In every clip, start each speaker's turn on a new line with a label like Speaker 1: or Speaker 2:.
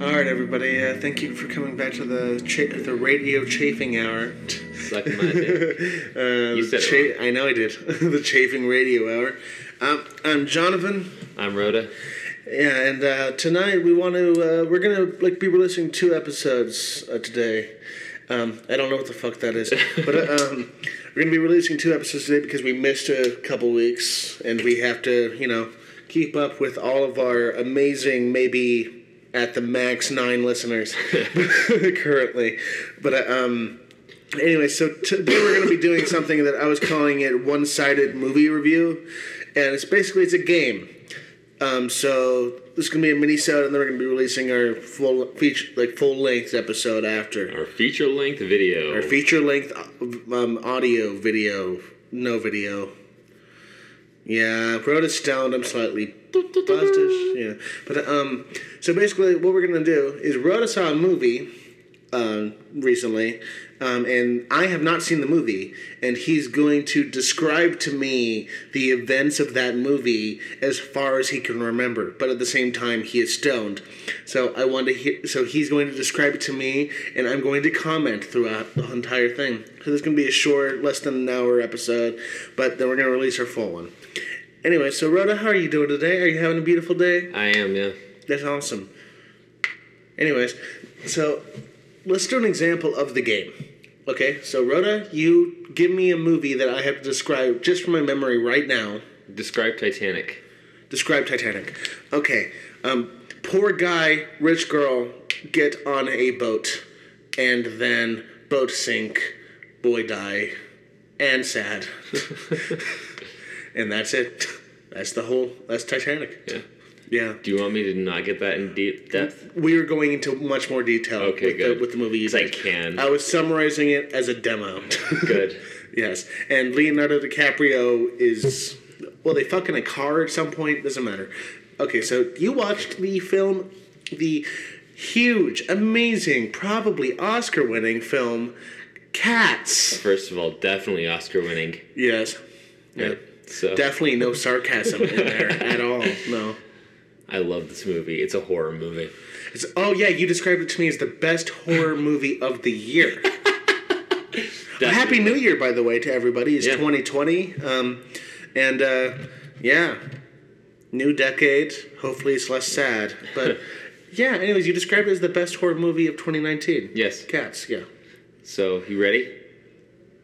Speaker 1: All right, everybody. Uh, thank you for coming back to the cha- the radio chafing hour.
Speaker 2: Suck my dick.
Speaker 1: Uh,
Speaker 2: You said it
Speaker 1: the I know I did. the chafing radio hour. Um, I'm Jonathan.
Speaker 2: I'm Rhoda.
Speaker 1: Yeah, and uh, tonight we want to. Uh, we're gonna like be releasing two episodes uh, today. Um, I don't know what the fuck that is, but uh, um, we're gonna be releasing two episodes today because we missed a couple weeks, and we have to, you know, keep up with all of our amazing, maybe at the max nine listeners currently. But uh, um, anyway, so today we're going to be doing something that I was calling it one-sided movie review, and it's basically it's a game. Um, so this is going to be a mini-sode, and then we're going to be releasing our full feature, like full-length episode after
Speaker 2: Our feature length video.
Speaker 1: our feature-length um, audio video, no video. Yeah, wrote it down. I'm slightly buzzed-ish. Yeah, but um, so basically, what we're gonna do is Rhoda saw a movie um, recently, um, and I have not seen the movie, and he's going to describe to me the events of that movie as far as he can remember. But at the same time, he is stoned, so I want to hear. So he's going to describe it to me, and I'm going to comment throughout the entire thing. So this is gonna be a short, less than an hour episode, but then we're gonna release our full one. Anyway, so Rhoda, how are you doing today? Are you having a beautiful day?
Speaker 2: I am, yeah.
Speaker 1: That's awesome. Anyways, so let's do an example of the game. Okay, so Rhoda, you give me a movie that I have to describe just from my memory right now.
Speaker 2: Describe Titanic.
Speaker 1: Describe Titanic. Okay, um, poor guy, rich girl get on a boat, and then boat sink, boy die, and sad. and that's it. That's the whole, that's Titanic.
Speaker 2: Yeah.
Speaker 1: Yeah.
Speaker 2: Do you want me to not get that in deep depth?
Speaker 1: We are going into much more detail
Speaker 2: Okay,
Speaker 1: with,
Speaker 2: good.
Speaker 1: The, with the movie. you
Speaker 2: 'Cause I
Speaker 1: guys.
Speaker 2: can.
Speaker 1: I was summarizing it as a demo.
Speaker 2: Good.
Speaker 1: yes, and Leonardo DiCaprio is well, they fuck in a car at some point. Doesn't matter. Okay, so you watched the film, the huge, amazing, probably Oscar-winning film, Cats.
Speaker 2: First of all, definitely Oscar winning.
Speaker 1: Yes. Yeah.
Speaker 2: So
Speaker 1: Definitely no sarcasm in there at all. No.
Speaker 2: I love this movie. It's a horror movie.
Speaker 1: It's, oh yeah, you described it to me as the best horror movie of the year. Happy New Year, by the way, to everybody. It's
Speaker 2: Yeah.
Speaker 1: 2020, um, and uh, yeah, new decade. Hopefully, it's less sad. But yeah, anyways, you described it as the best horror movie of 2019.
Speaker 2: Yes.
Speaker 1: Cats. Yeah,
Speaker 2: So you ready?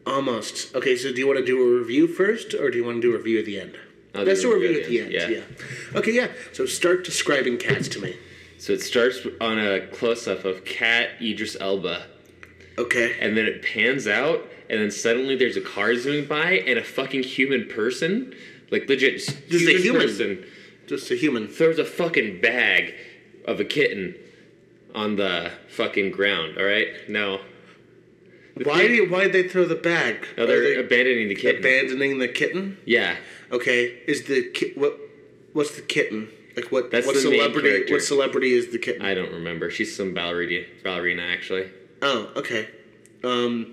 Speaker 1: almost. Okay, so do you want to do a review first, or do you want to do a review at the end?
Speaker 2: I'll do
Speaker 1: Let's do a review at the end. Yeah. Okay. Yeah. So start describing cats to me.
Speaker 2: So it starts on a close up of Cat Idris Elba,
Speaker 1: Okay.
Speaker 2: and then it pans out, and then suddenly there's a car zooming by and a fucking human person, like legit,
Speaker 1: is a
Speaker 2: human,
Speaker 1: human.
Speaker 2: person.
Speaker 1: Just a human.
Speaker 2: throws a fucking bag of a kitten on the fucking ground. All right, no,
Speaker 1: Why do you, why did they throw the bag?
Speaker 2: no,
Speaker 1: Are
Speaker 2: Oh, they're
Speaker 1: they
Speaker 2: abandoning the kitten.
Speaker 1: abandoning the kitten?
Speaker 2: yeah,
Speaker 1: Okay, is the ki- what? What's the kitten? Like what?
Speaker 2: That's
Speaker 1: what
Speaker 2: the main
Speaker 1: celebrity?
Speaker 2: character.
Speaker 1: What celebrity is the kitten?
Speaker 2: I don't remember. She's some ballerina, ballerina actually.
Speaker 1: oh, okay. Um,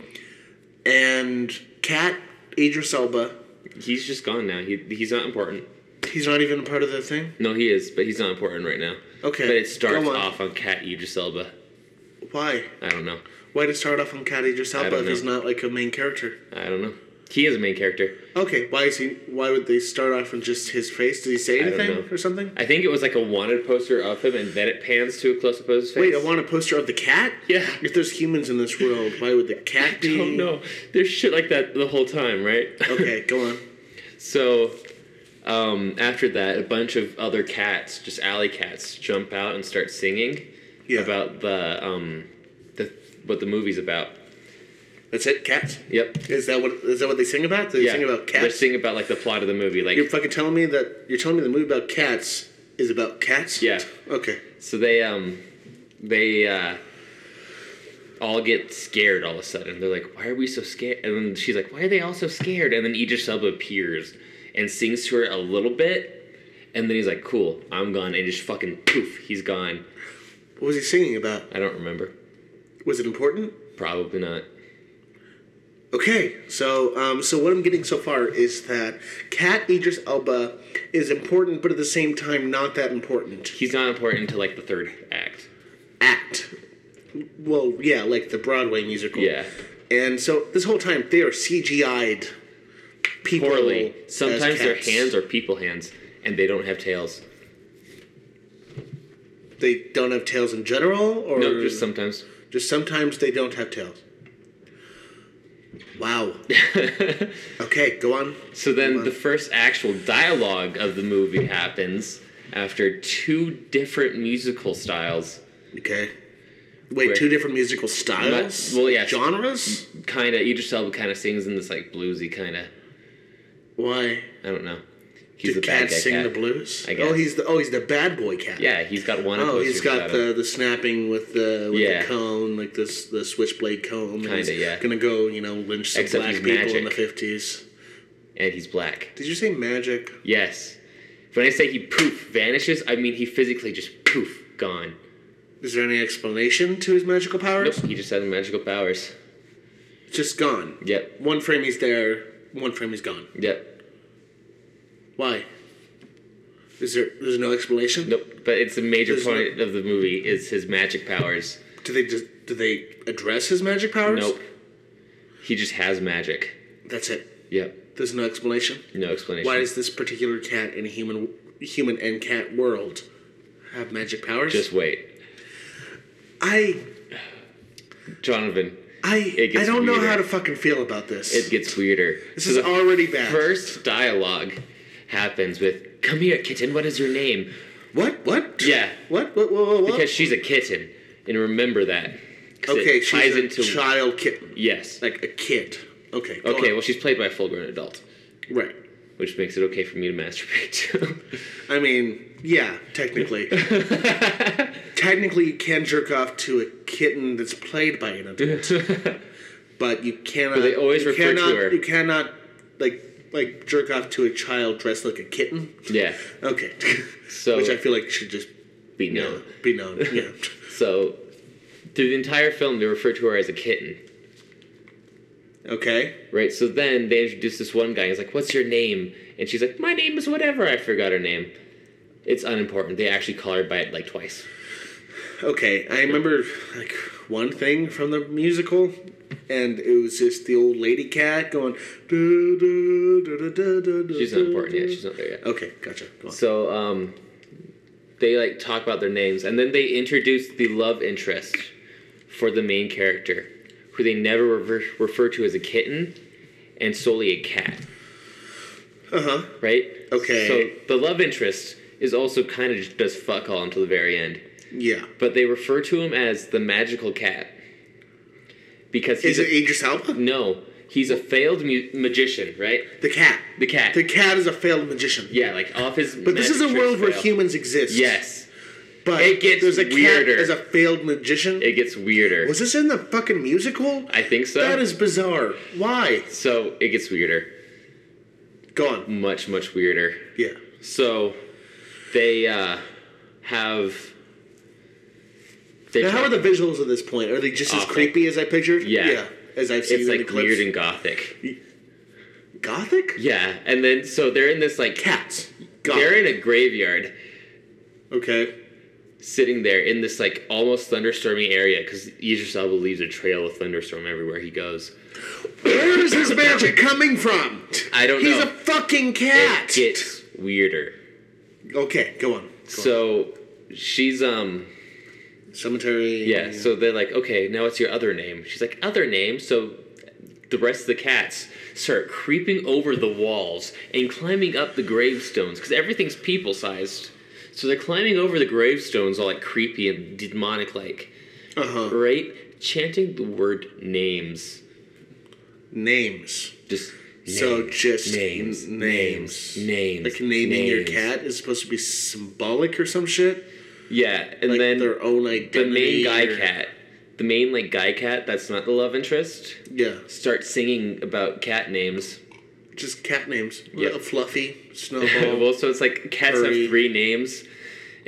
Speaker 1: and Cat Idris Elba.
Speaker 2: He's just gone now. He he's not important.
Speaker 1: He's not even a part of the thing.
Speaker 2: No, he is, but he's not important right now.
Speaker 1: Okay,
Speaker 2: But it starts
Speaker 1: go on.
Speaker 2: off on Cat Idris Elba.
Speaker 1: Why?
Speaker 2: I don't know.
Speaker 1: Why did it start off on Cat Idris Elba
Speaker 2: don't
Speaker 1: if he's
Speaker 2: know.
Speaker 1: not like a main character?
Speaker 2: I don't know. He is a main character.
Speaker 1: Okay, why is he? Why would they start off on just his face? Did he say
Speaker 2: I don't
Speaker 1: anything
Speaker 2: know.
Speaker 1: or something?
Speaker 2: I think it was like a wanted poster of him, and then it pans to a close up of his face.
Speaker 1: Wait, I want a poster of the cat.
Speaker 2: Yeah.
Speaker 1: If there's humans in this world, why would the cat
Speaker 2: I
Speaker 1: be?
Speaker 2: don't know. There's shit like that the whole time, right?
Speaker 1: Okay, go on.
Speaker 2: So, um, after that, a bunch of other cats, just alley cats, jump out and start singing
Speaker 1: Yeah.
Speaker 2: about the um, the what the movie's about.
Speaker 1: That's it. Cats.
Speaker 2: Yep.
Speaker 1: Is that what is that what they sing about? They sing about
Speaker 2: They're
Speaker 1: cats.
Speaker 2: singing about like the plot of the movie. Like,
Speaker 1: you're fucking telling me that you're telling me the movie about cats is about cats.
Speaker 2: Yeah.
Speaker 1: Okay.
Speaker 2: so they um, they uh, all get scared all of a sudden. They're like, "Why are we so scared?" And then she's like, "Why are they all so scared?" And then Idris Elba appears and sings to her a little bit. And then he's like, "Cool, I'm gone," and just fucking poof, he's gone.
Speaker 1: What was he singing about?
Speaker 2: I don't remember.
Speaker 1: Was it important?
Speaker 2: Probably not.
Speaker 1: Okay, so um, so what I'm getting so far is that Cat Idris Elba is important, but at the same time not that important.
Speaker 2: He's not important until like the third act.
Speaker 1: act. Well, yeah, like the Broadway musical.
Speaker 2: Yeah.
Speaker 1: And so this whole time they are CGI'd people.
Speaker 2: Poorly.
Speaker 1: as
Speaker 2: Sometimes their
Speaker 1: cats.
Speaker 2: hands are people hands, and they don't have tails.
Speaker 1: They don't have tails in general, or
Speaker 2: No, just sometimes.
Speaker 1: just sometimes they don't have tails. Wow. okay, go on.
Speaker 2: So then the first actual dialogue of the movie happens after two different musical styles.
Speaker 1: Okay. Wait,
Speaker 2: Where-
Speaker 1: two different musical styles?
Speaker 2: Well, yes. Mm.
Speaker 1: Genres?
Speaker 2: Kind of, Idris Elba kind of sings in this like bluesy kind of.
Speaker 1: Why?
Speaker 2: I don't know. He's
Speaker 1: Do
Speaker 2: the bad guy
Speaker 1: cats sing
Speaker 2: cat.
Speaker 1: the blues?
Speaker 2: I guess.
Speaker 1: Oh, he's the oh, he's the bad boy cat.
Speaker 2: Yeah, he's got one.
Speaker 1: Oh,
Speaker 2: closer
Speaker 1: he's got
Speaker 2: shadow.
Speaker 1: the, the snapping with the with
Speaker 2: Yeah.
Speaker 1: the cone, like this the switchblade comb. and he's
Speaker 2: Kinda, yeah.
Speaker 1: Gonna go, you know, lynch some
Speaker 2: Except
Speaker 1: black
Speaker 2: he's
Speaker 1: people in the
Speaker 2: magic.
Speaker 1: fifties.
Speaker 2: and he's black.
Speaker 1: Did you say magic?
Speaker 2: Yes. When I say he poof vanishes, I mean he physically just poof gone.
Speaker 1: Is there any explanation to his magical
Speaker 2: Nope,
Speaker 1: powers?
Speaker 2: he just has magical powers.
Speaker 1: Just gone.
Speaker 2: Yep,
Speaker 1: One frame he's there, one frame he's gone.
Speaker 2: yep.
Speaker 1: Why? Is there there's no explanation?
Speaker 2: Nope. But it's the major
Speaker 1: There's
Speaker 2: point of the movie is his magic powers.
Speaker 1: Do they just do they address his magic powers?
Speaker 2: Nope. He just has magic.
Speaker 1: That's it.
Speaker 2: Yep.
Speaker 1: There's no explanation.
Speaker 2: No explanation.
Speaker 1: Why does this particular cat in a human human and cat world have magic powers?
Speaker 2: just wait.
Speaker 1: I
Speaker 2: Donovan,
Speaker 1: I
Speaker 2: It gets
Speaker 1: I don't know
Speaker 2: weirder.
Speaker 1: how to fucking feel about this.
Speaker 2: it gets weirder.
Speaker 1: this is already bad.
Speaker 2: First dialogue happens with Come here, kitten, what is your name?
Speaker 1: what? What?
Speaker 2: Yeah.
Speaker 1: What? What? What? What? what?
Speaker 2: Because she's a kitten. And remember that. 'Cause it
Speaker 1: okay,
Speaker 2: ties
Speaker 1: she's a child kitten,
Speaker 2: Yes.
Speaker 1: like a kid. Okay. go
Speaker 2: Okay,
Speaker 1: on.
Speaker 2: well, she's played by a full grown adult,
Speaker 1: Right.
Speaker 2: which makes it okay for me to masturbate to.
Speaker 1: I mean, yeah, technically. technically, you can jerk off to a kitten that's played by an adult, but you cannot.
Speaker 2: they always
Speaker 1: you
Speaker 2: refer to
Speaker 1: cannot,
Speaker 2: her-
Speaker 1: You cannot, like, like jerk off to a child dressed like a kitten.
Speaker 2: yeah.
Speaker 1: Okay.
Speaker 2: So-
Speaker 1: which I feel like should just
Speaker 2: Be
Speaker 1: you
Speaker 2: known.
Speaker 1: know, be known. Yeah.
Speaker 2: So, through the entire film, they refer to her as a kitten,
Speaker 1: okay.
Speaker 2: right? So then they introduce this one guy. He's like, What's your name? And she's like, My name is whatever. I forgot her name. It's unimportant. They actually call her by it like twice.
Speaker 1: Okay, I remember like one thing from the musical, and it was just the old lady cat going. "Du- du- du- du- du- du- du-
Speaker 2: She's not important yet. She's not there yet.
Speaker 1: Okay, gotcha. Go on.
Speaker 2: So, um, they like talk about their names, and then they introduce the love interest for the main character, who they never rever- refer to as a kitten, and solely a cat,
Speaker 1: Uh huh.
Speaker 2: right?
Speaker 1: Okay.
Speaker 2: So the love interest is also kind of just does fuck all until the very end,
Speaker 1: Yeah.
Speaker 2: but they refer to him as the magical cat because he's
Speaker 1: Is it
Speaker 2: a,
Speaker 1: Idris Elba?
Speaker 2: no, he's a failed mu- magician, right?
Speaker 1: The cat.
Speaker 2: The cat.
Speaker 1: The cat is a failed magician.
Speaker 2: yeah, like off his.
Speaker 1: But this is a world where humans exist.
Speaker 2: Yes,
Speaker 1: But
Speaker 2: It gets
Speaker 1: there's a
Speaker 2: weirder.
Speaker 1: cat as a failed magician.
Speaker 2: it gets weirder.
Speaker 1: was this in the fucking musical?
Speaker 2: I think so.
Speaker 1: that is bizarre. Why?
Speaker 2: So it gets weirder,
Speaker 1: Go on.
Speaker 2: much much weirder.
Speaker 1: Yeah.
Speaker 2: So they uh, have. They
Speaker 1: Now, how
Speaker 2: try-
Speaker 1: are the visuals at this point? Are they just as
Speaker 2: Awful.
Speaker 1: creepy as I pictured?
Speaker 2: Yeah.
Speaker 1: As I've seen
Speaker 2: It's
Speaker 1: them in
Speaker 2: like
Speaker 1: clips.
Speaker 2: weird and gothic.
Speaker 1: Gothic?
Speaker 2: Yeah, and then so they're in this like
Speaker 1: Cats.
Speaker 2: they're in a graveyard,
Speaker 1: Okay.
Speaker 2: sitting there in this like almost thunderstormy area because Idris Elba leaves a trail of thunderstorm everywhere he goes.
Speaker 1: Where is this magic coming from?
Speaker 2: I don't
Speaker 1: He's
Speaker 2: know.
Speaker 1: a fucking
Speaker 2: It
Speaker 1: cat.
Speaker 2: gets weirder.
Speaker 1: okay, go on.
Speaker 2: So she's um
Speaker 1: Cemetery.
Speaker 2: Yeah, so they're like, okay, now what's your other name? She's like, other name? So the rest of the cats start creeping over the walls and climbing up the gravestones because everything's people sized. So they're climbing over the gravestones all like creepy and demonic like,
Speaker 1: Uh huh.
Speaker 2: right? Chanting the word names.
Speaker 1: Names.
Speaker 2: Just.
Speaker 1: so
Speaker 2: names,
Speaker 1: just
Speaker 2: names,
Speaker 1: n-
Speaker 2: names, names,
Speaker 1: Like naming your
Speaker 2: names.
Speaker 1: cat is supposed to be symbolic or some shit.
Speaker 2: Yeah, and
Speaker 1: Like
Speaker 2: then
Speaker 1: their own
Speaker 2: the
Speaker 1: identity.
Speaker 2: main guy
Speaker 1: or-
Speaker 2: cat, the main like guy cat, that's not the love interest.
Speaker 1: Yeah,
Speaker 2: start singing about cat names.
Speaker 1: just cat names.
Speaker 2: Yeah.
Speaker 1: Little Fluffy, Snowball.
Speaker 2: well, so it's like cats
Speaker 1: Purdy.
Speaker 2: have three names,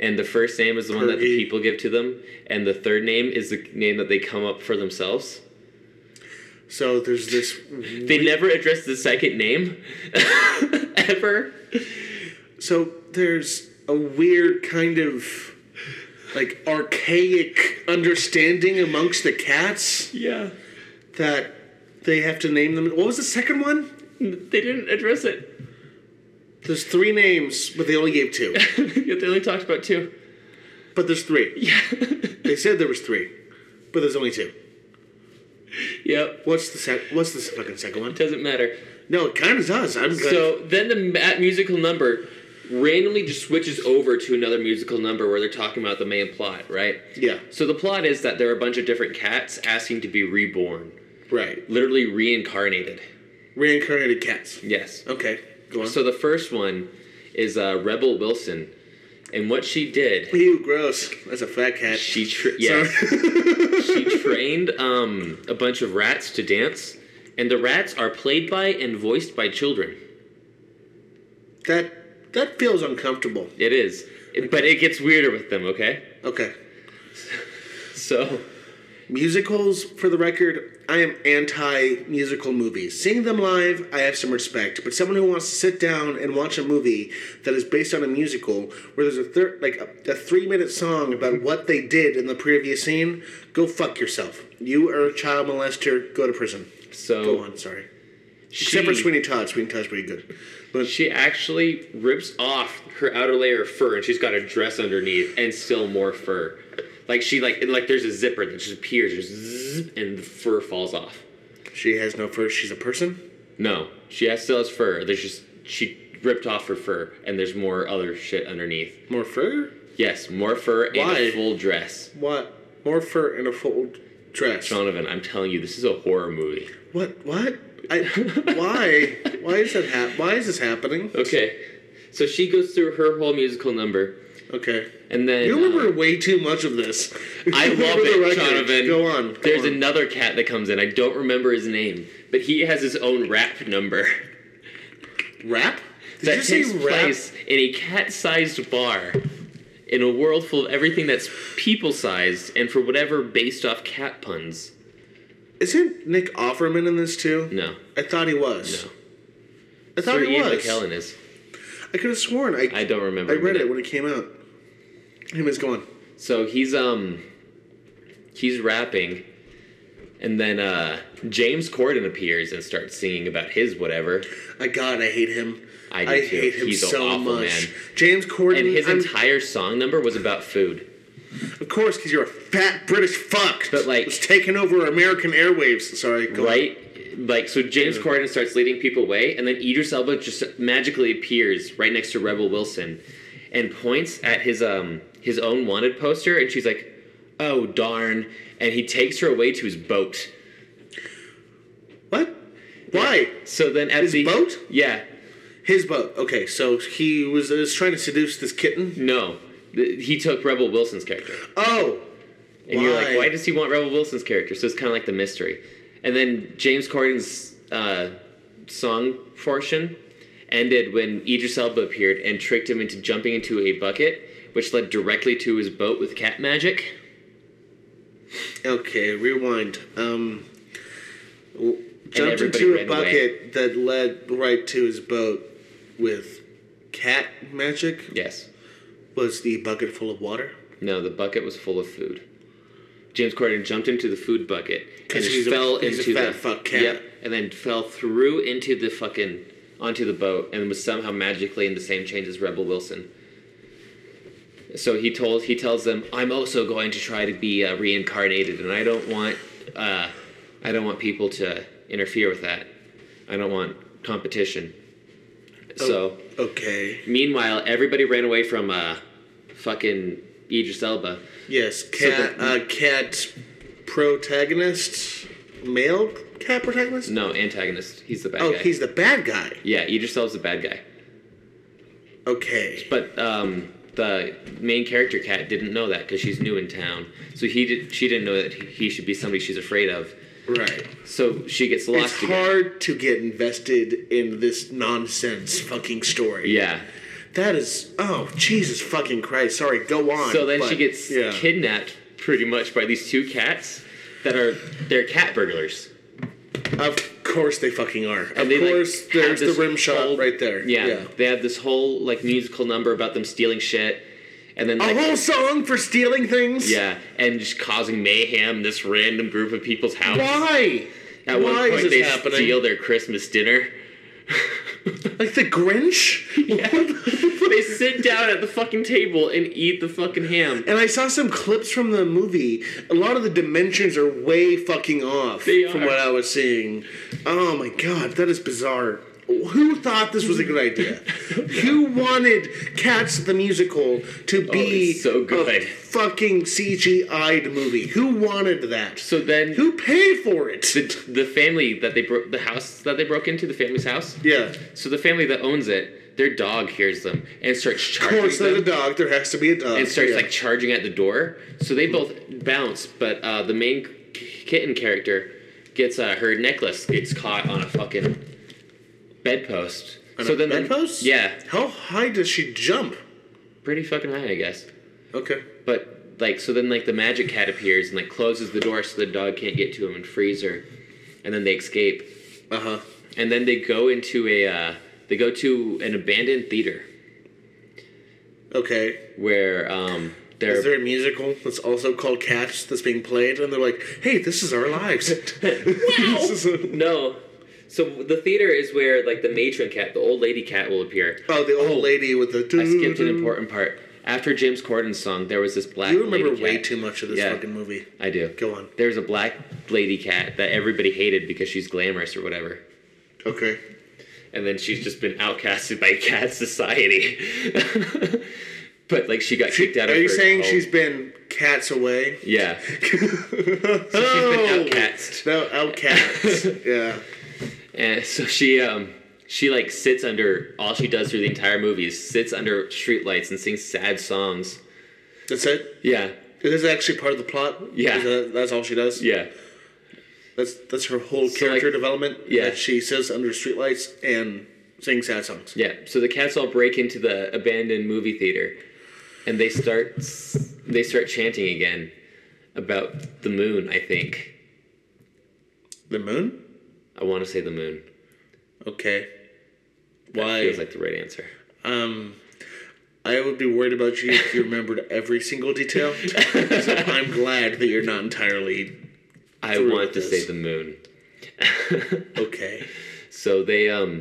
Speaker 2: and the first name is the one that the
Speaker 1: Purdy.
Speaker 2: people give to them, and the third name is the name that they come up for themselves.
Speaker 1: So there's this.
Speaker 2: They never address the second name ever.
Speaker 1: So there's a weird kind of like archaic understanding amongst the cats
Speaker 2: Yeah.
Speaker 1: that they have to name them. What was the second one?
Speaker 2: They didn't address it.
Speaker 1: There's three names, but they only gave two.
Speaker 2: Yet they only talked about two.
Speaker 1: But there's three.
Speaker 2: Yeah.
Speaker 1: They said there was three, but there's only two.
Speaker 2: yep.
Speaker 1: What's the sec- What's the fucking second one?
Speaker 2: Doesn't matter.
Speaker 1: No, it kind of does. I'm glad.
Speaker 2: So then the ma- musical number randomly just switches over to another musical number where they're talking about the main plot, right?
Speaker 1: yeah,
Speaker 2: So the plot is that there are a bunch of different cats asking to be reborn,
Speaker 1: right.
Speaker 2: literally reincarnated.
Speaker 1: Reincarnated cats.
Speaker 2: Yes.
Speaker 1: Okay, go on.
Speaker 2: So the first one is uh, Rebel Wilson, and what she did,
Speaker 1: Ew, gross. That's a fat cat.
Speaker 2: she tra- yes, she trained um, a bunch of rats to dance, and the rats are played by and voiced by children.
Speaker 1: that that feels uncomfortable.
Speaker 2: It is, It- but it gets weirder with them. Okay,
Speaker 1: Okay.
Speaker 2: so
Speaker 1: Musicals, for the record, I am anti musical movies. Seeing them live, I have some respect, but someone who wants to sit down and watch a movie that is based on a musical where there's a thir- like a, a three minute song about what they did in the previous scene, go fuck yourself. You are a child molester. Go to prison.
Speaker 2: so
Speaker 1: Go on. Sorry.
Speaker 2: she,
Speaker 1: Except for Sweeney Todd. Sweeney Todd's pretty good, but
Speaker 2: she actually rips off her outer layer of fur, and she's got a dress underneath, and still more fur. Like she like and, like there's a zipper that just appears, just zzz, and the fur falls off.
Speaker 1: she has no fur. She's a person.
Speaker 2: No, she has, still has fur. There's just she ripped off her fur, and there's more other shit underneath.
Speaker 1: More fur.
Speaker 2: Yes, more fur and
Speaker 1: Why?
Speaker 2: a full dress.
Speaker 1: What? More fur in a full dress.
Speaker 2: Donovan, I'm telling you, this is a horror movie.
Speaker 1: What? What? I, why? Why is that hap- Why is this happening?
Speaker 2: Okay, so she goes through her whole musical number,
Speaker 1: Okay.
Speaker 2: and then
Speaker 1: You remember
Speaker 2: uh,
Speaker 1: way too much of this.
Speaker 2: I
Speaker 1: For
Speaker 2: love
Speaker 1: the
Speaker 2: it,
Speaker 1: record.
Speaker 2: Donovan.
Speaker 1: Go on. go
Speaker 2: There's
Speaker 1: on.
Speaker 2: another cat that comes in. I don't remember his name, but he has his own rap number
Speaker 1: rap. Did
Speaker 2: that
Speaker 1: you
Speaker 2: takes
Speaker 1: say rap?
Speaker 2: place in a cat-sized bar. In a world full of everything that's people-sized and for whatever based off cat puns.
Speaker 1: Isn't Nick Offerman in this too?
Speaker 2: No.
Speaker 1: I thought he was.
Speaker 2: No.
Speaker 1: I thought
Speaker 2: Sir
Speaker 1: he
Speaker 2: Ian
Speaker 1: was.
Speaker 2: McKellen is.
Speaker 1: I could have sworn I.
Speaker 2: I don't remember.
Speaker 1: I read
Speaker 2: but-
Speaker 1: it when it came out. Anyways, go on.
Speaker 2: So he's um he's rapping and then uh James Corden appears and starts singing about his whatever.
Speaker 1: I God, I hate him.
Speaker 2: I do too.
Speaker 1: hate him
Speaker 2: He's an
Speaker 1: so
Speaker 2: awful
Speaker 1: much.
Speaker 2: man.
Speaker 1: James Corden.
Speaker 2: And his
Speaker 1: I'm-
Speaker 2: entire song number was about food.
Speaker 1: Of course, because you're a fat British fuck.
Speaker 2: But, like-
Speaker 1: it's taking over American airwaves. Sorry, go on.
Speaker 2: Right? Like so James Corden starts leading people away and then Idris Elba just magically appears right next to Rebel Wilson and points at his um his own wanted poster and she's like, "Oh darn." And he takes her away to his boat.
Speaker 1: What? Why?
Speaker 2: So then at
Speaker 1: His
Speaker 2: the
Speaker 1: boat?
Speaker 2: Yeah.
Speaker 1: His boat. Okay, so he was, was trying to seduce this kitten.
Speaker 2: No. Th- He took Rebel Wilson's character.
Speaker 1: Oh,
Speaker 2: And you're like,
Speaker 1: Why?
Speaker 2: why does he want Rebel Wilson's character? So it's kind of like the mystery. And then James Corden's uh, song portion ended when Idris Elba appeared and tricked him into jumping into a bucket, which led directly to his boat with cat magic.
Speaker 1: okay. Rewind. Um, w- jumped
Speaker 2: everybody
Speaker 1: into a
Speaker 2: ran away.
Speaker 1: bucket that led right to his boat with cat magic.
Speaker 2: Yes.
Speaker 1: Was the bucket full of water?
Speaker 2: No, the bucket was full of food. James Corden jumped into the food bucket and
Speaker 1: 'Cause
Speaker 2: just
Speaker 1: he's a-
Speaker 2: fell
Speaker 1: he's a
Speaker 2: into
Speaker 1: fat
Speaker 2: the
Speaker 1: fuck cat.
Speaker 2: Yep, and then fell through into the fucking onto the boat and was somehow magically in the same chains as Rebel Wilson. So he told he tells them, "I'm also going to try to be uh, reincarnated, and I don't want uh, I don't want people to interfere with that. I don't want competition."
Speaker 1: Oh.
Speaker 2: So
Speaker 1: Okay.
Speaker 2: meanwhile, everybody ran away from uh, fucking Idris Elba.
Speaker 1: Yes, cat.
Speaker 2: the-
Speaker 1: uh, cat protagonist. Male cat protagonist.
Speaker 2: No, antagonist. He's the bad
Speaker 1: Oh,
Speaker 2: guy.
Speaker 1: he's the bad guy.
Speaker 2: yeah, Idris Elba's the bad guy.
Speaker 1: Okay.
Speaker 2: But um, the main character cat didn't know that because she's new in town. So he did, she didn't know that he- he should be somebody she's afraid of.
Speaker 1: Right.
Speaker 2: So she gets lost
Speaker 1: It's
Speaker 2: again.
Speaker 1: hard to get invested in this nonsense fucking story.
Speaker 2: Yeah.
Speaker 1: That is oh Jesus fucking Christ. Sorry, go on.
Speaker 2: So then
Speaker 1: but-
Speaker 2: she gets
Speaker 1: yeah.
Speaker 2: kidnapped pretty much by these two cats that are they're cat burglars.
Speaker 1: Of course they fucking are. Of
Speaker 2: And they, like,
Speaker 1: course
Speaker 2: have
Speaker 1: there's the
Speaker 2: this
Speaker 1: rim shot
Speaker 2: whole-
Speaker 1: right there.
Speaker 2: Yeah, They have this whole like musical number about them stealing shit and then
Speaker 1: A
Speaker 2: like,
Speaker 1: whole song for stealing things?
Speaker 2: yeah, and just causing mayhem in this random group of people's house.
Speaker 1: Why?
Speaker 2: At
Speaker 1: Why
Speaker 2: one
Speaker 1: is
Speaker 2: point,
Speaker 1: this
Speaker 2: they
Speaker 1: happening?
Speaker 2: steal their Christmas dinner.
Speaker 1: Like the Grinch?
Speaker 2: Yeah. they sit down at the fucking table and eat the fucking ham.
Speaker 1: And I saw some clips from the movie. A lot of the dimensions are way fucking off
Speaker 2: They
Speaker 1: from
Speaker 2: are.
Speaker 1: what I was seeing. Oh my god, that is bizarre. Who thought this was a good idea? Who wanted Cats the Musical to be
Speaker 2: Oh, it's so
Speaker 1: a
Speaker 2: good.
Speaker 1: fucking CGI'd movie? Who wanted that?
Speaker 2: So then
Speaker 1: Who paid for it?
Speaker 2: the the family that they broke the house that they broke into the family's house.
Speaker 1: yeah.
Speaker 2: So the family that owns it, their dog hears them and starts
Speaker 1: Of
Speaker 2: charging
Speaker 1: course, there's a
Speaker 2: them
Speaker 1: dog. There has to be a dog.
Speaker 2: and starts
Speaker 1: Yeah.
Speaker 2: like charging at the door. So they both bounce, but uh, the main kitten character gets uh, her necklace gets caught on a fucking bedpost.
Speaker 1: On
Speaker 2: so
Speaker 1: a
Speaker 2: then the-
Speaker 1: bedpost?
Speaker 2: yeah,
Speaker 1: How high does she jump?
Speaker 2: pretty fucking high, I guess.
Speaker 1: Okay.
Speaker 2: But like so then like the magic cat appears and like closes the door so the dog can't get to him and frees her. And then they escape.
Speaker 1: Uh huh.
Speaker 2: And then they go into a uh, they go to an abandoned theater
Speaker 1: Okay.
Speaker 2: where um they're
Speaker 1: Is there a musical that's also called Cats that's being played? And they're like, hey, this is our lives. This is a-
Speaker 2: No. So the theater is where like the matron cat, the old lady cat will appear.
Speaker 1: oh, the old lady with the.
Speaker 2: I skipped an important part. After James Corden's song, there was this black
Speaker 1: Mm-hmm. You remember
Speaker 2: lady
Speaker 1: way
Speaker 2: cat.
Speaker 1: too much of this
Speaker 2: Yeah.
Speaker 1: fucking movie.
Speaker 2: I do.
Speaker 1: Go on.
Speaker 2: There was a black lady cat that everybody hated because she's glamorous or whatever.
Speaker 1: Okay.
Speaker 2: and then she's just been outcasted by cat society. but like she got kicked out
Speaker 1: Are
Speaker 2: of
Speaker 1: you
Speaker 2: her
Speaker 1: saying
Speaker 2: home.
Speaker 1: she's been cats away?
Speaker 2: yeah
Speaker 1: oh!
Speaker 2: outcast.
Speaker 1: No, outcast. yeah.
Speaker 2: and so she um she like sits under all she does through the entire movie is sits under streetlights and sings sad songs
Speaker 1: That's it?
Speaker 2: yeah
Speaker 1: Is this actually part of the plot?
Speaker 2: Yeah.
Speaker 1: Is that- that's all she does?
Speaker 2: yeah
Speaker 1: That's that's her whole
Speaker 2: So,
Speaker 1: character
Speaker 2: like-
Speaker 1: development.
Speaker 2: yeah.
Speaker 1: That she sits under streetlights and sings sad songs.
Speaker 2: yeah so the cats all break into the abandoned movie theater and they start they start chanting again about the moon i think
Speaker 1: The moon?
Speaker 2: i want to say the moon
Speaker 1: Okay.
Speaker 2: that
Speaker 1: Why?
Speaker 2: feels like the right answer
Speaker 1: Um, I would be worried about you if you remembered every single detail. so I'm glad that you're not entirely
Speaker 2: I
Speaker 1: through
Speaker 2: want to
Speaker 1: this.
Speaker 2: say the moon.
Speaker 1: okay.
Speaker 2: so they um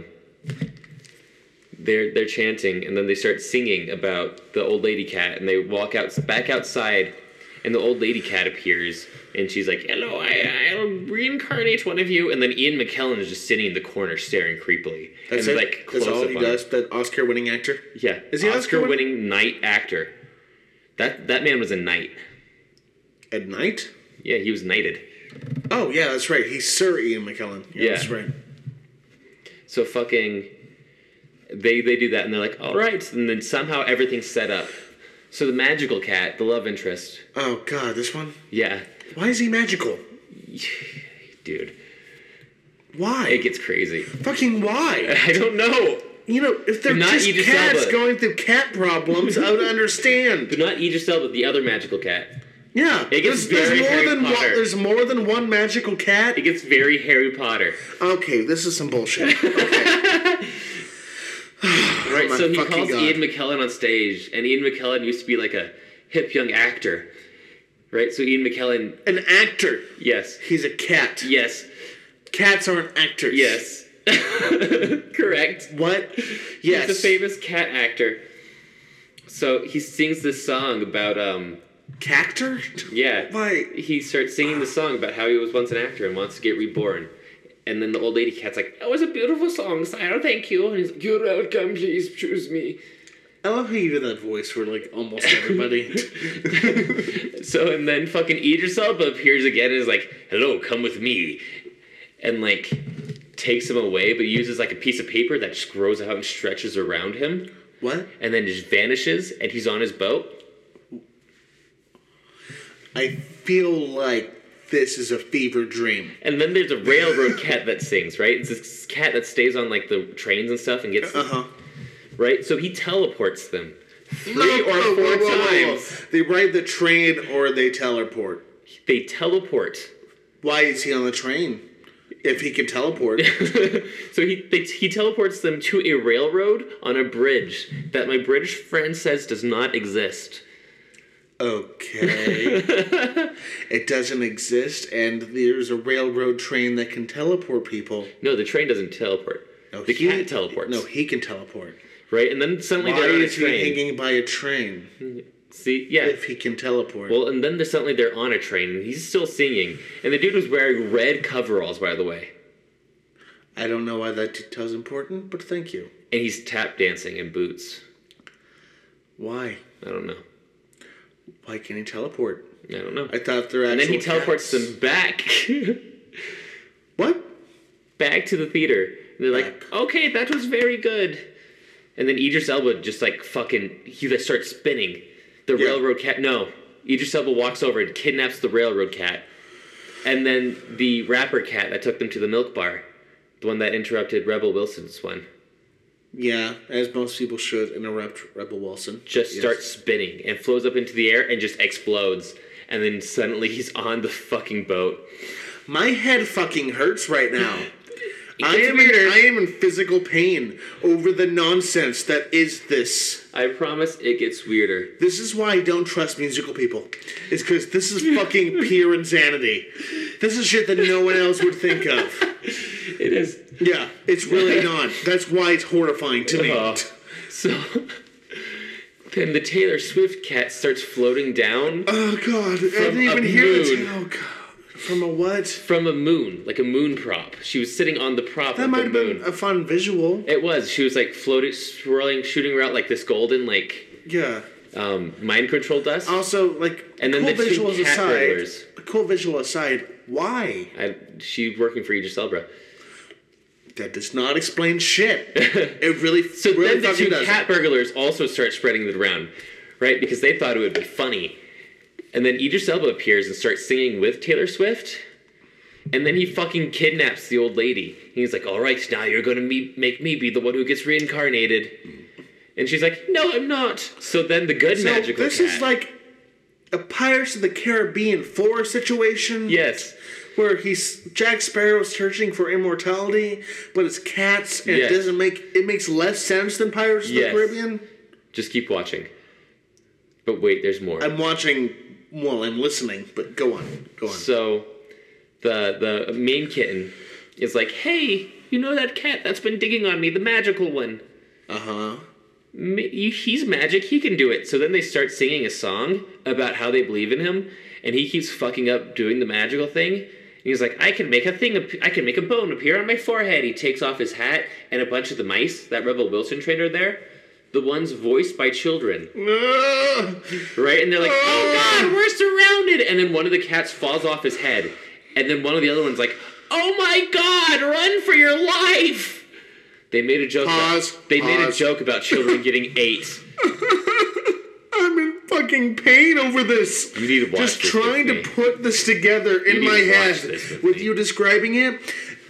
Speaker 2: they're they're chanting and then they start singing about the old lady cat and they walk out back outside and the old lady cat appears and she's like, "Hello, I, I'll reincarnate one of you." And then Ian McKellen is just sitting in the corner staring creepily.
Speaker 1: That's
Speaker 2: and
Speaker 1: it. That's all
Speaker 2: up
Speaker 1: he
Speaker 2: on her.
Speaker 1: does. That Oscar-winning actor.
Speaker 2: Yeah,
Speaker 1: Is he Oscar win-
Speaker 2: Oscar-winning knight actor? That that man was a knight.
Speaker 1: At night.
Speaker 2: Yeah, he was knighted.
Speaker 1: Oh yeah, that's right. He's Sir Ian McKellen. Yeah,
Speaker 2: Yeah.
Speaker 1: that's right.
Speaker 2: So fucking, they they do that and they're like, all right, and then somehow everything's set up. So the magical cat, the love interest,
Speaker 1: Oh god, this one.
Speaker 2: yeah,
Speaker 1: Why is he magical?
Speaker 2: dude,
Speaker 1: Why?
Speaker 2: it gets crazy.
Speaker 1: Fucking why?
Speaker 2: I don't know.
Speaker 1: You know, if they're
Speaker 2: Not
Speaker 1: just
Speaker 2: Idris
Speaker 1: cats
Speaker 2: Elba.
Speaker 1: going through cat problems, I would understand.
Speaker 2: But not Idris Elba, the other magical cat.
Speaker 1: Yeah,
Speaker 2: It gets
Speaker 1: there's, there's
Speaker 2: very
Speaker 1: more
Speaker 2: Harry
Speaker 1: than one.
Speaker 2: Potter.
Speaker 1: There's more than one magical cat.
Speaker 2: It gets very Harry Potter.
Speaker 1: Okay, this is some bullshit.
Speaker 2: Right.
Speaker 1: Oh my
Speaker 2: so he
Speaker 1: fucking
Speaker 2: calls
Speaker 1: God.
Speaker 2: Ian McKellen on stage, and Ian McKellen used to be like a hip young actor, right? So Ian McKellen,
Speaker 1: An actor.
Speaker 2: yes,
Speaker 1: He's a cat.
Speaker 2: yes,
Speaker 1: Cats aren't actors.
Speaker 2: yes, correct.
Speaker 1: What?
Speaker 2: He's
Speaker 1: Yes.
Speaker 2: a famous cat actor. So he sings this song about um
Speaker 1: Cactor?
Speaker 2: yeah.
Speaker 1: Why?
Speaker 2: He starts singing the song about how he was once an actor and wants to get reborn. And then the old lady cat's like, "That was a beautiful song, sire. Thank you." And he's like, "You're welcome. Please choose me."
Speaker 1: I love how you do that voice for like almost everybody.
Speaker 2: So and then fucking Idris Elba appears again and is like, "Hello, come with me," and like takes him away, but uses like a piece of paper that just grows out and stretches around him,
Speaker 1: what?
Speaker 2: and then just vanishes. And he's on his boat.
Speaker 1: I feel like this is a fever dream.
Speaker 2: And then there's a railroad cat that sings, right? It's this cat that stays on like the trains and stuff and gets
Speaker 1: Uh huh.
Speaker 2: right. So he teleports them.
Speaker 1: Three
Speaker 2: or four times.
Speaker 1: They ride the train or they teleport.
Speaker 2: They teleport.
Speaker 1: Why is he on the train? If he can teleport.
Speaker 2: so he they, he teleports them to a railroad on a bridge that my British friend says does not exist.
Speaker 1: okay. it doesn't exist, and there's a railroad train that can teleport people.
Speaker 2: No, the train doesn't teleport.
Speaker 1: No,
Speaker 2: the
Speaker 1: he-
Speaker 2: cat teleports.
Speaker 1: No, he can teleport.
Speaker 2: Right? And then suddenly
Speaker 1: Why
Speaker 2: they're on a
Speaker 1: is he
Speaker 2: train.
Speaker 1: hanging by a train
Speaker 2: See? Yeah.
Speaker 1: if he can teleport?
Speaker 2: Well, and then they're suddenly they're on a train and he's still singing. And the dude was wearing red coveralls, by the way.
Speaker 1: I don't know why that detail's important, but thank you.
Speaker 2: And he's tap dancing in boots.
Speaker 1: Why?
Speaker 2: I don't know.
Speaker 1: Why can he teleport?
Speaker 2: I don't know.
Speaker 1: I thought they're actual
Speaker 2: and then he teleports
Speaker 1: cats.
Speaker 2: them back.
Speaker 1: What?
Speaker 2: back to the theater. And they're like,
Speaker 1: Back.
Speaker 2: okay, that was very good. And then Idris Elba just like fucking, he just starts spinning. The
Speaker 1: Yeah.
Speaker 2: railroad cat, no. Idris Elba walks over and kidnaps the railroad cat. And then the rapper cat that took them to the milk bar, the one that interrupted Rebel Wilson's one,
Speaker 1: Yeah, as most people should interrupt Rebel Wilson.
Speaker 2: just
Speaker 1: Yes.
Speaker 2: starts spinning and flows up into the air and just explodes. And then suddenly he's on the fucking boat.
Speaker 1: My head fucking hurts right now. I
Speaker 2: gets
Speaker 1: am, in,
Speaker 2: weirder.
Speaker 1: I am in physical pain over the nonsense that is this.
Speaker 2: I promise it gets weirder.
Speaker 1: This is why I don't trust musical people. It's because this is fucking pure insanity. This is shit that no one else would think of.
Speaker 2: It is
Speaker 1: Yeah, it's really not. That's why it's horrifying to me.
Speaker 2: Oh. So then the Taylor Swift cat starts floating down
Speaker 1: Oh god, I didn't
Speaker 2: a
Speaker 1: even hear
Speaker 2: moon.
Speaker 1: this. Oh god, from a what?
Speaker 2: from a moon, like a moon prop. She was sitting on the prop
Speaker 1: That
Speaker 2: of
Speaker 1: might
Speaker 2: the
Speaker 1: have
Speaker 2: moon.
Speaker 1: been a fun visual.
Speaker 2: it was. She was like floating, swirling, shooting her out like this golden, like
Speaker 1: Yeah.
Speaker 2: um, mind control dust.
Speaker 1: Also, like,
Speaker 2: And then
Speaker 1: cool
Speaker 2: the two
Speaker 1: visuals
Speaker 2: cat
Speaker 1: aside,
Speaker 2: burglars.
Speaker 1: cool visual aside, why?
Speaker 2: I, she's working for Idris Elba.
Speaker 1: That does not explain shit. it really,
Speaker 2: So
Speaker 1: really
Speaker 2: then the
Speaker 1: fucking
Speaker 2: two
Speaker 1: doesn't.
Speaker 2: cat burglars also start spreading it around, right? Because they thought it would be funny. And then Idris Elba appears and starts singing with Taylor Swift. And then he fucking kidnaps the old lady. He's like, all right, now you're gonna me- make me be the one who gets reincarnated. And she's like, no, I'm not. So then the good
Speaker 1: So
Speaker 2: magical
Speaker 1: this
Speaker 2: cat.
Speaker 1: is like a Pirates of the Caribbean four situation.
Speaker 2: yes,
Speaker 1: Where he's Jack Sparrow searching for immortality, but it's cats, and
Speaker 2: Yes.
Speaker 1: it doesn't make it makes less sense than Pirates of
Speaker 2: Yes.
Speaker 1: the Caribbean.
Speaker 2: just keep watching. But wait, there's more.
Speaker 1: I'm watching. Well, I'm listening, but go on, go on.
Speaker 2: So the the main kitten is like, "Hey, you know that cat that's been digging on me, the magical one?
Speaker 1: Uh huh.
Speaker 2: Ma- you- He's magic. He can do it." So then they start singing a song about how they believe in him, and he keeps fucking up doing the magical thing. And he's like, "I can make a thing. ap- I can make a bone appear on my forehead." He takes off his hat, and a bunch of the mice that Rebel Wilson trained are there. The ones voiced by children, right? And they're like, "Oh God, we're surrounded!" And then one of the cats falls off his head, and then one of the other ones like, "Oh my God, run for your life!" They made a joke.
Speaker 1: Pause,
Speaker 2: About, they made a
Speaker 1: pause.
Speaker 2: joke about children getting eight.
Speaker 1: I'm in fucking pain over this.
Speaker 2: You need to watch
Speaker 1: Just
Speaker 2: this
Speaker 1: trying
Speaker 2: with
Speaker 1: to
Speaker 2: me.
Speaker 1: put this together in
Speaker 2: need
Speaker 1: my
Speaker 2: to watch
Speaker 1: head
Speaker 2: this with
Speaker 1: with,
Speaker 2: me.
Speaker 1: you describing it.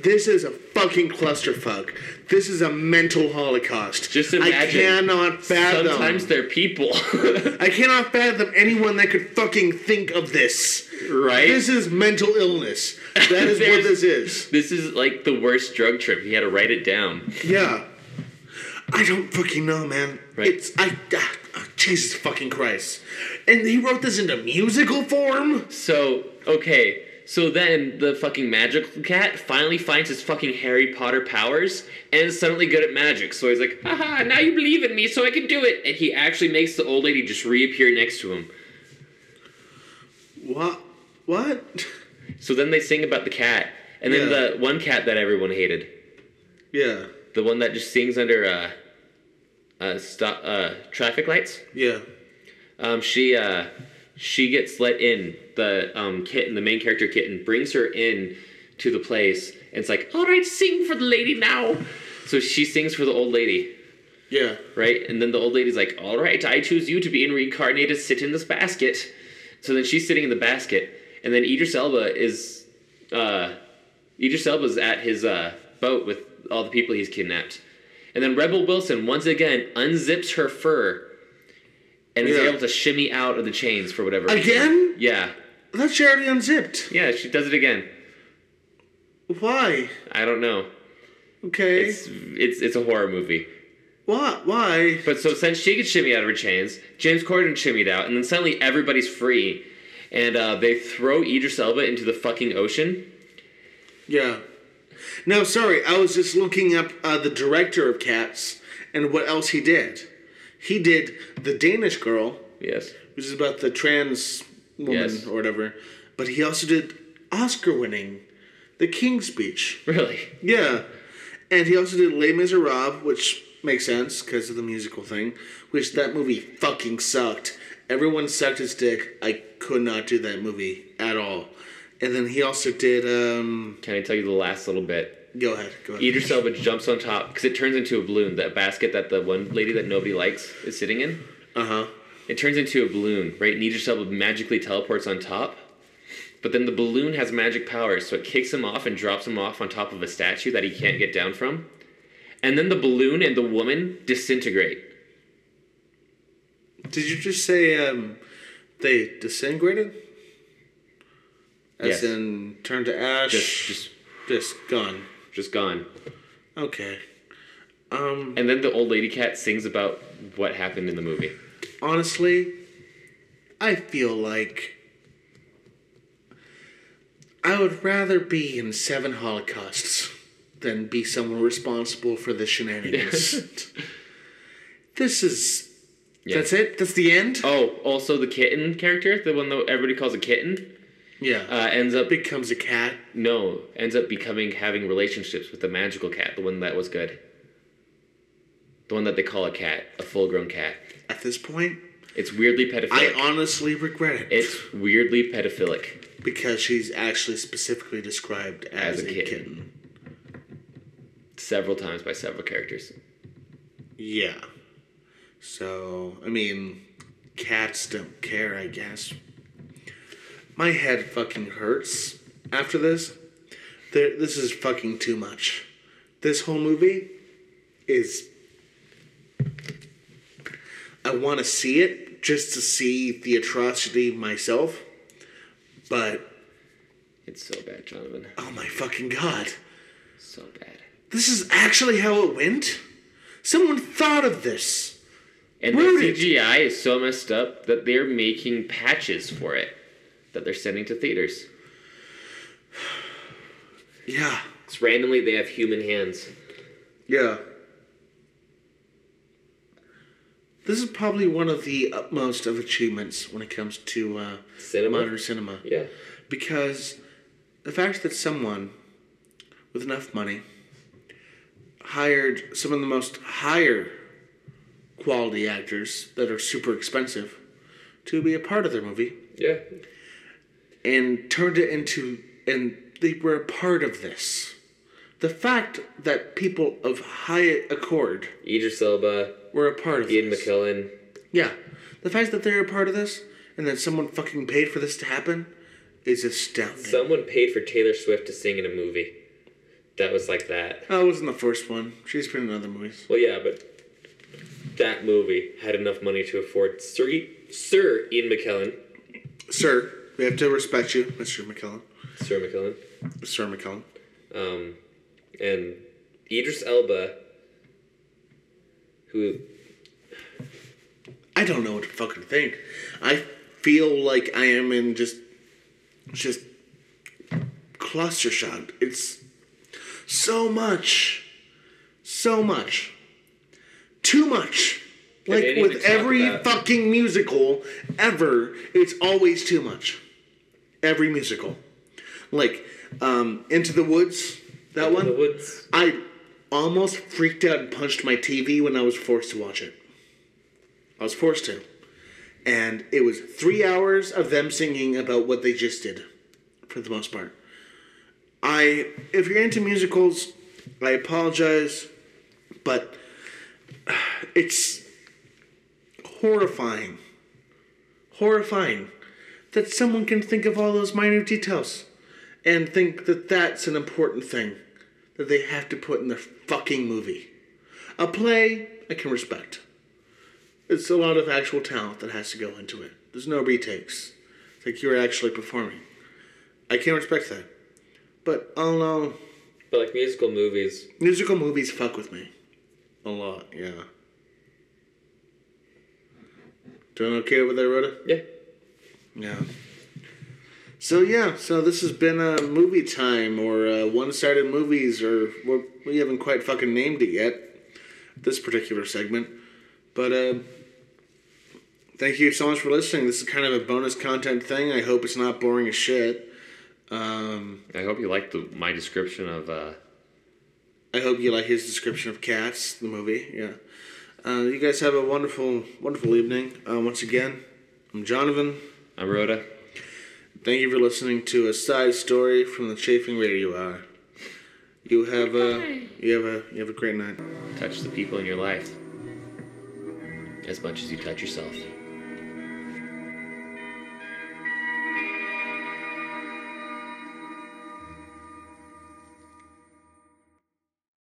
Speaker 1: This is a fucking clusterfuck. This is a mental holocaust.
Speaker 2: Just imagine.
Speaker 1: I cannot fathom.
Speaker 2: Sometimes they're people,
Speaker 1: I cannot fathom anyone that could fucking think of this.
Speaker 2: right?
Speaker 1: This is mental illness. That is what
Speaker 2: There's-
Speaker 1: this is.
Speaker 2: This is like the worst drug trip. He had to write it down.
Speaker 1: Yeah. I don't fucking know, man.
Speaker 2: Right.
Speaker 1: It's I ah, ah, Jesus fucking Christ. And he wrote this into musical form?
Speaker 2: So okay, so then the fucking magical cat finally finds his fucking Harry Potter powers and is suddenly good at magic. So he's like, haha, now you believe in me, so I can do it. And he actually makes the old lady just reappear next to him.
Speaker 1: What what?
Speaker 2: So then they sing about the cat, and then
Speaker 1: Yeah.
Speaker 2: the one cat that everyone hated,
Speaker 1: Yeah.
Speaker 2: the one that just sings under uh, uh, stop uh, traffic lights.
Speaker 1: Yeah.
Speaker 2: Um, she uh, she gets let in. The um, kitten, the main character kitten, brings her in to the place. And it's like, all right, sing for the lady now. So she sings for the old lady,
Speaker 1: Yeah.
Speaker 2: right? And then the old lady's like, all right, I choose you to be reincarnated. Sit in this basket. So then she's sitting in the basket, and then Idris Elba is uh, Idris Elba's at his uh, boat with all the people he's kidnapped. And then Rebel Wilson once again unzips her fur and is
Speaker 1: Yeah.
Speaker 2: able to shimmy out of the chains for whatever. reason.
Speaker 1: Again?
Speaker 2: Yeah.
Speaker 1: That charity unzipped.
Speaker 2: Yeah, she does it again.
Speaker 1: Why?
Speaker 2: I don't know.
Speaker 1: Okay.
Speaker 2: It's it's it's a horror movie.
Speaker 1: Why? Why?
Speaker 2: But so since she gets shimmy out of her chains, James Corden shimmied out, and then suddenly everybody's free, and uh, they throw Idris Elba into the fucking ocean.
Speaker 1: Yeah. No, sorry. I was just looking up uh, the director of Cats and what else he did. He did The Danish Girl,
Speaker 2: Yes.
Speaker 1: which is about the trans woman
Speaker 2: Yes.
Speaker 1: or whatever. But he also did Oscar winning The King's Speech.
Speaker 2: Really?
Speaker 1: Yeah. And he also did Les Miserables, which makes sense because of the musical thing, which that movie fucking sucked. Everyone sucked his dick. I could not do that movie at all. And then he also did, um,
Speaker 2: Can I tell you the last little bit?
Speaker 1: go ahead, go ahead.
Speaker 2: Idris Elba jumps on top because it turns into a balloon. That basket that the one lady that nobody likes is sitting in.
Speaker 1: Uh huh.
Speaker 2: It turns into a balloon, right? And Idris Elba magically teleports on top. But then the balloon has magic powers, so it kicks him off and drops him off on top of a statue that he can't get down from. And then the balloon and the woman disintegrate.
Speaker 1: Did you just say, um, they disintegrated? As
Speaker 2: Yes.
Speaker 1: in turned to ash?
Speaker 2: Just just
Speaker 1: just gone.
Speaker 2: just gone.
Speaker 1: Okay. Um,
Speaker 2: And then the old lady cat sings about what happened in the movie.
Speaker 1: honestly, I feel like I would rather be in seven holocausts than be someone responsible for the shenanigans. this is.
Speaker 2: Yeah.
Speaker 1: That's it? That's the end?
Speaker 2: Oh, also the kitten character, the one that everybody calls a kitten,
Speaker 1: yeah.
Speaker 2: uh, ends up
Speaker 1: Becomes a cat.
Speaker 2: no ends up becoming having relationships with the magical cat, the one that was good, the one that they call a cat, a full-grown cat.
Speaker 1: At this point,
Speaker 2: It's weirdly pedophilic.
Speaker 1: I honestly regret it.
Speaker 2: it's weirdly pedophilic.
Speaker 1: because she's actually specifically described as, a, kitten.
Speaker 2: Several times by several characters.
Speaker 1: Yeah. So, I mean, cats don't care, I guess. My head fucking hurts after this. There, this is fucking too much. This whole movie is. I want to see it just to see the atrocity myself, but
Speaker 2: It's so bad, Jonathan.
Speaker 1: oh my fucking god.
Speaker 2: So bad.
Speaker 1: This is actually how it went? Someone thought of this.
Speaker 2: And
Speaker 1: Rude
Speaker 2: the
Speaker 1: it.
Speaker 2: CGI is so messed up that they're making patches for it that they're sending to theaters.
Speaker 1: Yeah.
Speaker 2: Because randomly they have human hands.
Speaker 1: Yeah. This is probably one of the utmost of achievements when it comes to uh,
Speaker 2: Cinema?
Speaker 1: modern cinema.
Speaker 2: Yeah.
Speaker 1: Because the fact that someone with enough money hired some of the most higher quality actors that are super expensive to be a part of their movie
Speaker 2: Yeah.
Speaker 1: and turned it into and they were a part of this. The fact that people of high accord
Speaker 2: Idris Elba,
Speaker 1: were a part of
Speaker 2: Ian
Speaker 1: this.
Speaker 2: McKellen.
Speaker 1: Yeah. The fact that they're a part of this and that someone fucking paid for this to happen is astounding.
Speaker 2: Someone paid for Taylor Swift to sing in a movie. That was like that.
Speaker 1: that wasn't the first one. She's been in other movies.
Speaker 2: Well, yeah, but that movie had enough money to afford Sir, I- Sir Ian McKellen.
Speaker 1: Sir, we have to respect you, Mr. McKellen.
Speaker 2: Sir McKellen.
Speaker 1: Sir McKellen.
Speaker 2: Um, and Idris Elba, who
Speaker 1: I don't know what to fucking think. I feel like I am in just just cluster shock. It's so much. So much. Too much.
Speaker 2: Yeah, they
Speaker 1: Like
Speaker 2: didn't
Speaker 1: with
Speaker 2: even talk
Speaker 1: every
Speaker 2: about-
Speaker 1: fucking musical ever, it's always too much. Every musical. Like um Into the Woods, that
Speaker 2: in the
Speaker 1: one.
Speaker 2: woods.
Speaker 1: I almost freaked out and punched my TV when I was forced to watch it. I was forced to. And it was three hours of them singing about what they just did, for the most part. I, if you're into musicals, I apologize, but it's horrifying. Horrifying that someone can think of all those minute details and think that that's an important thing that they have to put in their fucking movie. A play, I can respect. It's a lot of actual talent that has to go into it. There's no retakes. It's like you're actually performing. I can respect that. But all in all,
Speaker 2: But like musical movies,
Speaker 1: musical movies fuck with me. A lot, yeah. Doing okay over there, Rhoda?
Speaker 2: Yeah.
Speaker 1: Yeah. So yeah, so this has been uh, movie time or uh, one-sided movies or what we haven't quite fucking named it yet. This particular segment, but uh, thank you so much for listening. This is kind of a bonus content thing. I hope it's not boring as shit. Um,
Speaker 2: I hope you liked the, my description of uh,
Speaker 1: I hope you like his description of Cats, the movie. Yeah. Uh, you guys have a wonderful, wonderful evening. Uh, once again, I'm Jonathan.
Speaker 2: I'm Rhoda.
Speaker 1: Thank you for listening to a side story from the Chafing Radio Hour. You have a you have a you have a great night.
Speaker 2: Touch the people in your life as much as you touch yourself.